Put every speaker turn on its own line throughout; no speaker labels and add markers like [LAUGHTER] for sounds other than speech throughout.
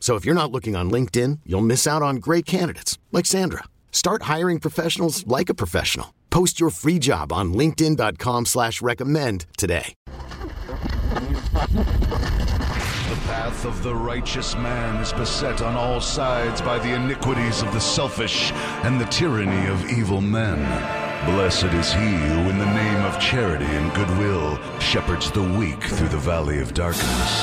So if you're not looking on LinkedIn, you'll miss out on great candidates like Sandra. Start hiring professionals like a professional. Post your free job on LinkedIn.com slash recommend today.
The path of the righteous man is beset on all sides by the iniquities of the selfish and the tyranny of evil men. Blessed is he who, in the name of charity and goodwill, shepherds the weak through the valley of darkness.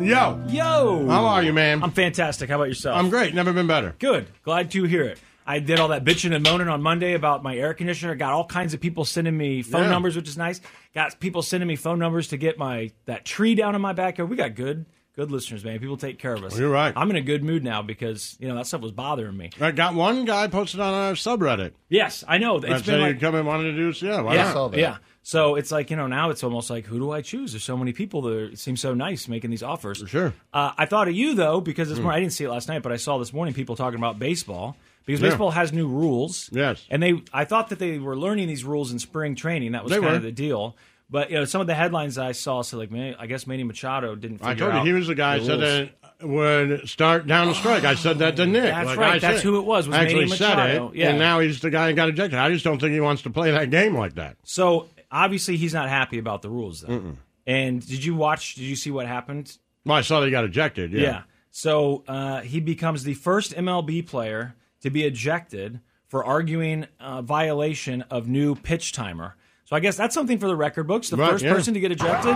Yo,
Yo!
how are you, man?
I'm fantastic. How about yourself?
I'm great. Never been better.
Good. Glad to hear it. I did all that bitching and moaning on Monday about my air conditioner. Got all kinds of people sending me phone
Yeah.
numbers, which is nice. Got people sending me phone numbers to get my that tree down in my backyard. We got good, good listeners, man. People take care of us.
you're right.
I'm in a good mood now because you know that stuff was bothering me.
I got one guy posted on our subreddit.
Yes, I know. It's
I said
been
he'd
like,
come and wanted to do this. Yeah, why
yeah,
not?
yeah. So it's like you know now it's almost like who do I choose? There's so many people that seem so nice making these offers.
Sure. Hmm.
Uh, I thought of you though because this morning I didn't see it last night, but I saw this morning people talking about baseball because
Yeah.
baseball has new rules.
Yes.
and they I thought that they were learning these rules in spring training. That was
They
kind
were.
of the deal. But you know some of the headlines I saw said like man, I guess Manny Machado didn't. Figure
I told you
out
he was the guy
the
I said
rules.
that would start down a strike. I said that to Nick.
That's
Like,
right.
I
That's
said-
who it was, was
actually
Manny
said
Machado.
it,
Yeah.
and now he's the guy who got ejected. I just don't think he wants to play that game like that.
So obviously he's not happy about the rules though. And did you watch? Did you see what happened?
Well, I saw that he got ejected. Yeah.
Yeah. So uh, he becomes the first MLB player to be ejected for arguing uh, violation of new pitch timer. So I guess that's something for the record books. The
Right,
first
yeah.
person to get ejected.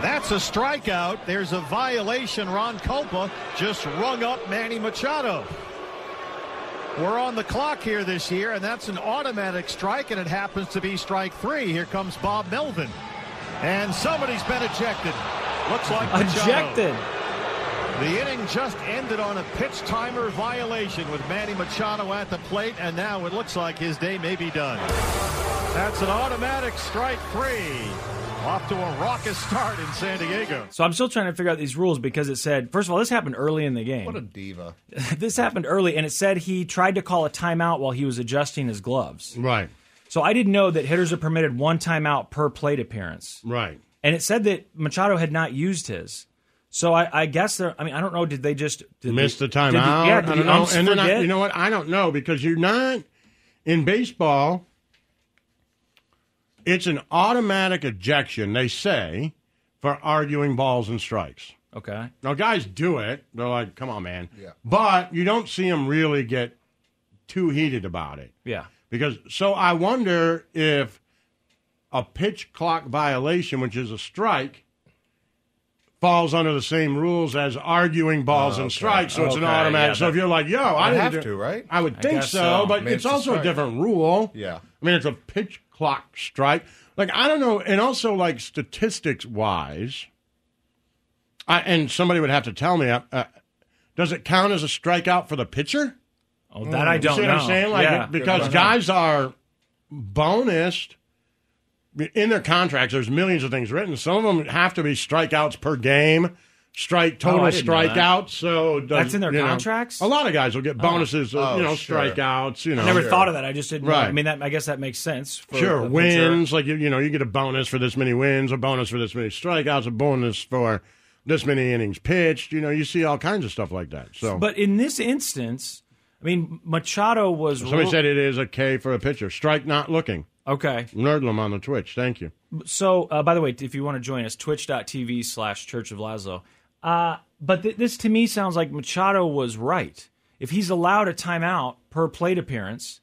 That's a strikeout. There's a violation. Ron Culpa just rung up Manny Machado. We're on the clock here this year, and that's an automatic strike, and it happens to be strike three. Here comes Bob Melvin. And somebody's been ejected. Looks like Machado.
Ejected.
The inning just ended on a pitch timer violation with Manny Machado at the plate, and now it looks like his day may be done. That's an automatic strike three. Off to a raucous start in San Diego.
So I'm still trying to figure out these rules because it said, first of all, this happened early in the game. What a diva. [LAUGHS] this happened early, and it said he tried to call a timeout while he was adjusting his gloves.
Right.
So I didn't know that hitters are permitted one timeout per plate appearance.
Right.
and it said that Machado had not used his. So I, I guess they're. I mean, I don't know. Did they just did
Missed
they-
the timeout.
did the- yeah,
I
did the
don't know.
umps
And then I,
forget?
you know what? I don't know because you're not in baseball. It's an automatic ejection, they say, for arguing balls and strikes.
Okay.
Now, guys do it. They're like, come on, man. But you don't see them really get too heated about it.
Yeah.
Because, so I wonder if a pitch clock violation, which is a strike, falls under the same rules as arguing balls and strikes. So it's an
Okay,
automatic.
yeah,
so if
that-
you're like, yo, I didn't
have
do-
to, right?
I would think
guess
so,
so.
but
I mean,
it's
it's a
also a
strike.
different rule.
Yeah.
I mean, it's a pitch clock strike. Like, I don't know. And also, like, statistics wise, I, and somebody would have to tell me, uh, uh, does it count as a strikeout for the pitcher?
Oh, that I don't
Mm. See
know.
what I'm saying? Like,
yeah.
because
Good point.
guys are bonused in their contracts. There's millions of things written. Some of them have to be strikeouts per game. strike total
Oh, I didn't know that.
strikeouts. So does-
That's in their
you know,
contracts?
a lot of guys will get bonuses. uh,
Oh,
you know,
sure.
strikeouts. You know,
I never thought of that. I just didn't. know.
Right.
I mean, that I guess that makes sense. For
Sure,
the pitcher.
wins like you, you know you get a bonus for this many wins, a bonus for this many strikeouts, a bonus for this many innings pitched. You know, you see all kinds of stuff like that. So,
But in this instance, I mean, Machado was
somebody
ru-
said it is a K for a pitcher. Strike not looking.
okay.
Nerdlum on the Twitch. Thank you.
So, uh, by the way, if you want to join us, twitch.tv slash Church of Laszlo. Uh, but th- this to me sounds like Machado was right. If he's allowed a timeout per plate appearance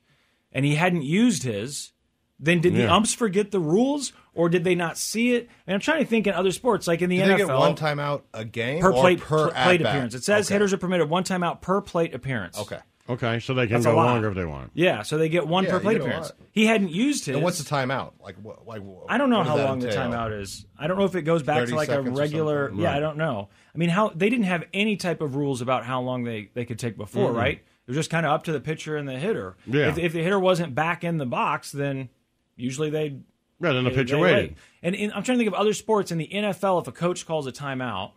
and he hadn't used his, then did the
Yeah.
umps forget the rules or did they not see it? And I'm trying to think in other sports, like in the
Do
NFL,
they get one timeout a game
per
or
plate,
per
pl- plate
at-bat?
appearance. It says
Okay.
hitters are permitted one timeout per plate appearance.
Okay.
Okay, so they can
That's a
go
lot.
longer if they want.
Yeah, so they get one
Yeah,
per
you
plate
get a
appearance.
lot.
He hadn't used his.
And what's the timeout? Like, what, like wh-
I don't know
what does
how
that
long the
entail?
timeout is. I don't know if it goes back
30
to like a
seconds or
regular.
something.
Yeah, I
Right.
don't know. I mean, how they didn't have any type of rules about how long they they could take before, right? It was just kind of up to the pitcher and the hitter.
Yeah.
If, if the hitter wasn't back in the box, then usually they
Rather than a pitcher
they
waiting.
wait. And in, I'm trying to think of other sports in the NFL. If a coach calls a timeout,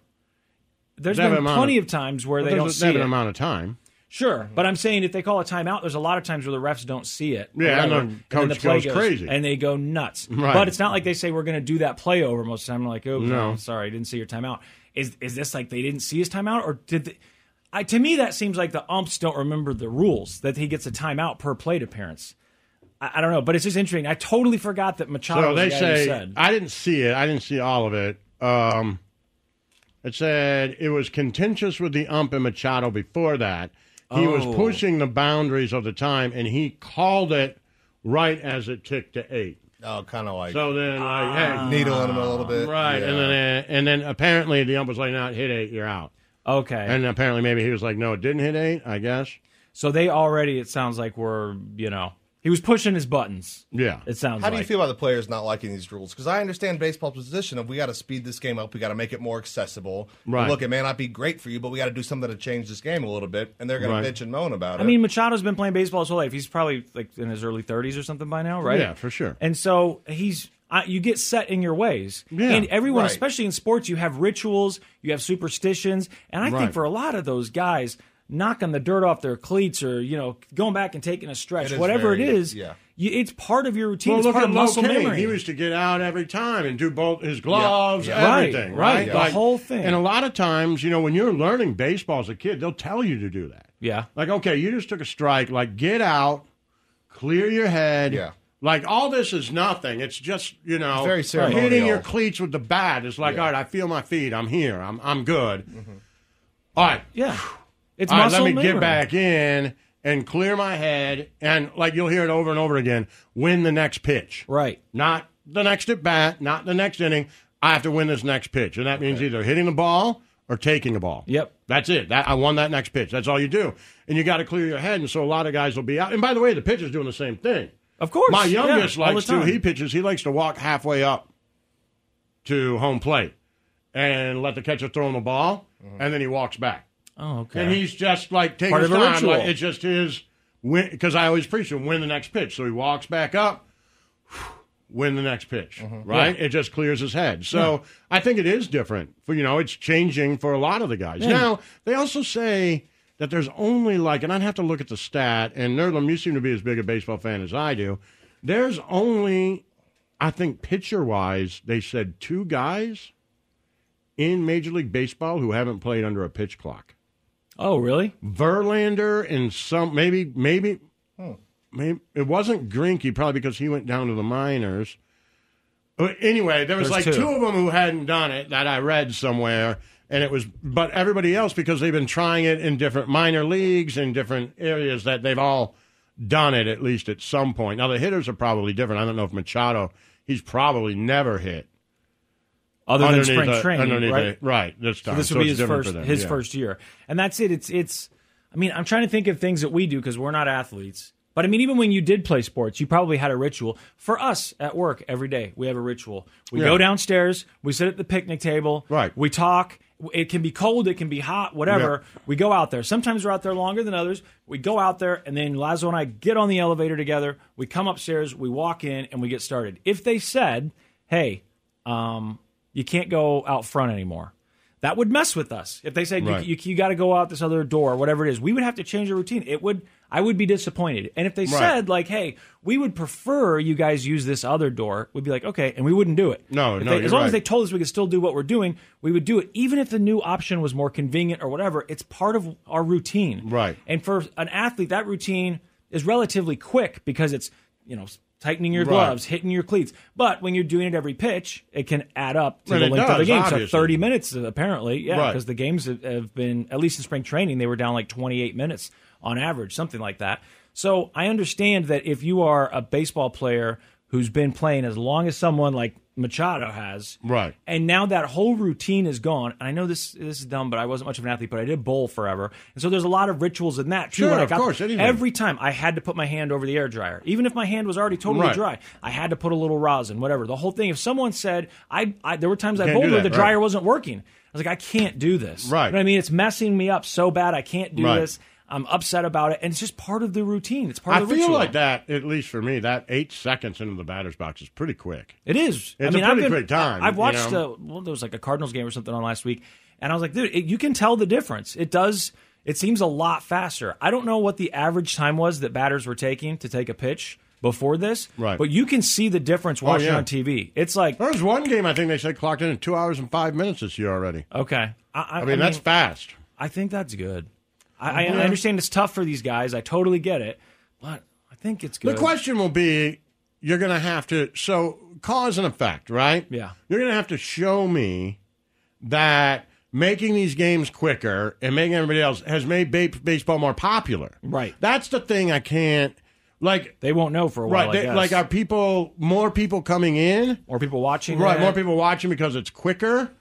there's
They have
been
an amount
plenty
of-
of times where
Well,
they don't
there's a-
see
have
it.
an amount of time. Mm-hmm.
Sure, but I'm saying if they call a timeout, there's a lot of times where the refs don't see it. or
Yeah,
whatever,
and the
and then
coach
the play
goes crazy.
and they go nuts.
Right.
But it's not like they say we're going to do that play over most of the time. Like, oh,
No.
sorry, I didn't see your timeout. Is is this like they didn't see his timeout, or did? They, I, to me, that seems like the umps don't remember the rules that he gets a timeout per plate appearance. I, I don't know, but it's just interesting. I totally forgot that Machado.
So
was
they
the guy who
say
said.
I didn't see it. I didn't see all of it. Um, it said it was contentious with the ump and Machado before that. He was
Oh.
pushing the boundaries of the time, and he called it right as it ticked to eight.
Oh, kind of like
So then, like,
ah.
hey,
needling him a little bit.
right, and
Yeah.
then uh, and then apparently the ump was like, "No, it hit eight, you're out."
okay,
And apparently maybe he was like, "No, it didn't hit eight, I guess."
so they already. It sounds like we're you know he was pushing his buttons.
Yeah.
It sounds.
How do you
like.
feel about the players not liking these rules? Because I understand baseball's position of we got to speed this game up, we got to make it more accessible.
Right.
Look, it may not be great for you, but we got to do something to change this game a little bit, and they're going
Right.
to bitch and moan about it.
I mean, Machado's been playing baseball his whole life. He's probably like in his early 30s or something by now, right?
Yeah, for sure.
And so he's I you get set in your ways.
Yeah,
and everyone,
right.
especially in sports, you have rituals, you have superstitions, and I think
Right.
for a lot of those guys, knocking the dirt off their cleats or you know going back and taking a stretch,
It is
whatever
very-
it is,
yeah.
you, it's part of your routine.
Well,
it's
look
part
at
of
Low
muscle
Kane.
memory.
He used to get out every time and do both his gloves,
Yeah. Yeah.
everything,
Right,
right?
right. The whole thing.
And a lot of times, you know, when you're learning baseball as a kid, they'll tell you to do that.
yeah,
Like, okay, you just took a strike. Like, get out, clear your head.
Yeah.
Like all this is nothing. It's just you know,
It's very ceremonial.
hitting your cleats with the bat is like, all right, I feel my feet. I'm here. I'm I'm good.
Mm-hmm.
All right,
yeah. It's
all right,
muscle
let me
memory.
get back in and clear my head. And like you'll hear it over and over again, win the next pitch.
Right.
Not the next at bat, not the next inning. I have to win this next pitch. And that means either hitting the ball or taking the ball.
Yep.
That's it. That I won that next pitch. That's all you do. And you got to clear your head. And so a lot of guys will be out. And by the way, the pitcher's doing the same thing.
Of course.
My
yeah,
youngest
all the
likes to.
time.
He pitches. He likes to walk halfway up to home plate and let the catcher throw him the ball,
Mm-hmm.
and then he walks back.
Oh, okay.
And he's just like taking
Part
his
of a
time.
ritual.
Like, it's just his win because I always preach him win the next pitch. So he walks back up, win the next pitch.
Mm-hmm.
Right? It just clears his head. So I think it is different. For you know, it's changing for a lot of the guys. Now they also say that there's only like, and I'd have to look at the stat. And Nerdlum, you seem to be as big a baseball fan as I do. There's only, I think, pitcher wise, they said two guys in Major League Baseball who haven't played under a pitch clock.
oh, really?
Verlander and some maybe maybe
Hmm.
maybe it wasn't Grinky probably because he went down to the minors. Uh, Anyway, there was
There's
like
two.
two. of them who hadn't done it that I read somewhere, and it was but everybody else because they've been trying it in different minor leagues in different areas that they've all done it at least at some point. Now the hitters are probably different. I don't know if Machado he's probably never hit
Other than
underneath
spring
a-
training,
underneath
right?
a- right this time.
So this
So
would be
it's
his
different
first
for them,
his
yeah.
first year, and that's it. It's it's. I mean, I'm trying to think of things that we do because we're not athletes. But I mean, even when you did play sports, you probably had a ritual. For us at work every day, we have a ritual. We
Yeah.
go downstairs, we sit at the picnic table,
Right.
We talk. It can be cold, it can be hot, whatever. We go out there. Sometimes we're out there longer than others. We go out there, and then Lazo and I get on the elevator together. We come upstairs, we walk in, and we get started. If they said, "Hey, um, you can't go out front anymore," That would mess with us if they said
Right.
you, you, you got to go out this other door, whatever it is. We would have to change the routine. It would I would be disappointed. And if they said like, "Hey, we would prefer you guys use this other door," we'd be like, "Okay," and we wouldn't do it.
No,
If
no,
they-
you're
as long as
right.
they told us we could still do what we're doing, we would do it, even if the new option was more convenient or whatever. It's part of our routine,
Right.
And for an athlete, that routine is relatively quick because it's you know tightening your
Right.
gloves, hitting your cleats. But when you're doing it every pitch, it can add up to
And
the
it
length of the
does,
game.
obviously.
So 30 minutes uh, apparently, yeah,
Right.
because the games have, have been at least in spring training they were down like 28 minutes on average, something like that. So I understand that if you are a baseball player who's been playing as long as someone like Machado has,
Right.
and now that whole routine is gone. And I know this this is dumb, but I wasn't much of an athlete, but I did bowl forever, and so there's a lot of rituals in that too.
Sure,
when I
of
got-
course, anything.
Every time I had to put my hand over the air dryer, even if my hand was already totally
Right.
dry, I had to put a little rosin, whatever. The whole thing. If someone said, I, I there were times I
can't do
bowled where
that,
the dryer
right.
wasn't working. I was like, I can't do this.
Right.
You know what I mean, it's messing me up so bad. I can't do
Right.
this. I'm upset about it, and it's just part of the routine. It's part
I
of
feel
the ritual.
like that, at least for me, that eight seconds into the batter's box is pretty quick.
It is. I
It's a
mean, I've
pretty
been-
quick time,
I- I've
you
watched
know?
uh, well, there was like a Cardinals game or something on last week, and I was like, dude, it, you can tell the difference. It does. It seems a lot faster. I don't know what the average time was that batters were taking to take a pitch before this,
Right. Oh,
But you can see the difference watching
yeah.
on TV. It's like
There was one game I think they said clocked in at two hours and five minutes this year already.
okay. I, I,
I mean, that's fast.
I think that's good. I, I understand it's tough for these guys. I totally get it, but I think it's good.
The question will be you're going to have to, so cause and effect, right?
Yeah.
You're going to have to show me that making these games quicker and making everybody else has made ba- baseball more popular.
Right.
That's the thing I can't, like,
they won't know for a while.
right.
I
they-
guess.
like, are people, more people coming in?
or people watching.
Right.
it.
More people watching because it's quicker?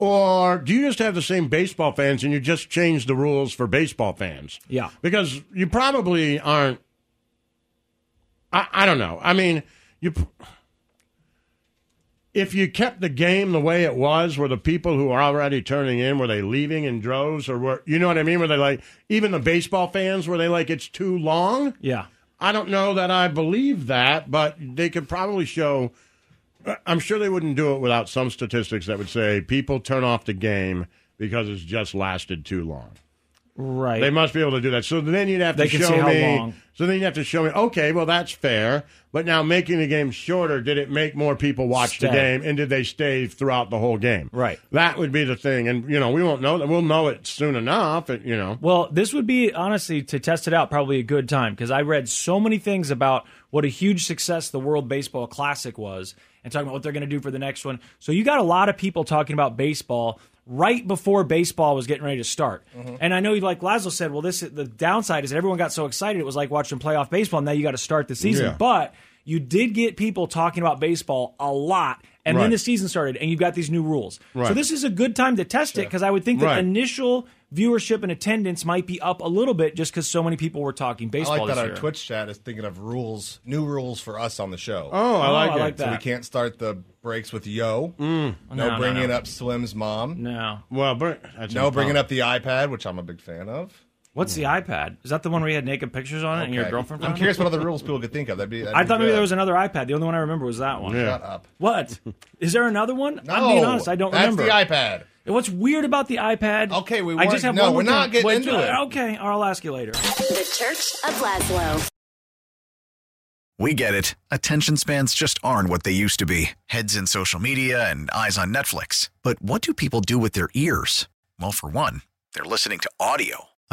Or do you just have the same baseball fans and you just change the rules for baseball fans?
Yeah.
Because you probably aren't. I, I don't know. I mean, you. p- If you kept the game the way it was, were the people who are already turning in, were they leaving in droves, or were you know what I mean? Were they like even the baseball fans? Were they like it's too long?
Yeah.
I don't know that I believe that, but they could probably show. I'm sure they wouldn't do it without some statistics that would say people turn off the game because it's just lasted too long.
Right.
They must be able to do that. So then you'd have to
They can
show
see how
me.
long.
So then you'd have to show me. Okay, well that's fair. But now making the game shorter, did it make more people watch the
Stay.
game, and did they stay throughout the whole game?
Right.
That would be the thing, and you know we won't know that. We'll know it soon enough. It, you know.
Well, this would be honestly to test it out probably a good time because I read so many things about what a huge success the World Baseball Classic was and talking about what they're going to do for the next one. So you got a lot of people talking about baseball right before baseball was getting ready to start.
Mm-hmm.
And I know like Lazo said, well this the downside is everyone got so excited it was like watching playoff baseball and now you got to start the season.
Yeah.
But you did get people talking about baseball a lot and
Right.
then the season started and you've got these new rules.
Right.
So this is a good time to test it because I would think that
Right.
initial viewership and attendance might be up a little bit just because so many people were talking
I
baseball
like that
this
our
year.
Twitch chat is thinking of rules, new rules for us on the show.
Oh, I
Oh,
like
I
it.
like
So we
that.
can't start the breaks with yo.
No,
No,
no,
bringing
no.
up Slim's mom.
No,
Well, bring, that's
No, bringing
impossible.
up the iPad, which I'm a big fan of.
what's the
Hmm.
iPad? Is that the one where you had naked pictures on it and your
Okay.
girlfriend?
I'm
found it?
curious what other rules people could think of. That'd be. that'd
I
be
thought maybe
good.
there was another iPad. The only one I remember was that one.
Yeah.
Shut up. [LAUGHS]
What? Is there another one?
No,
I'm being honest. I don't
that's
remember.
the iPad.
And What's weird about the iPad?
Okay, we
I
weren't-
just have
no,
one
we're
more
not
thing.
getting
Wait,
into it.
Okay, I'll ask you later.
The Church of Laszlo.
We get it. Attention spans just aren't what they used to be heads in social media and eyes on Netflix. But what do people do with their ears? Well, for one, they're listening to audio.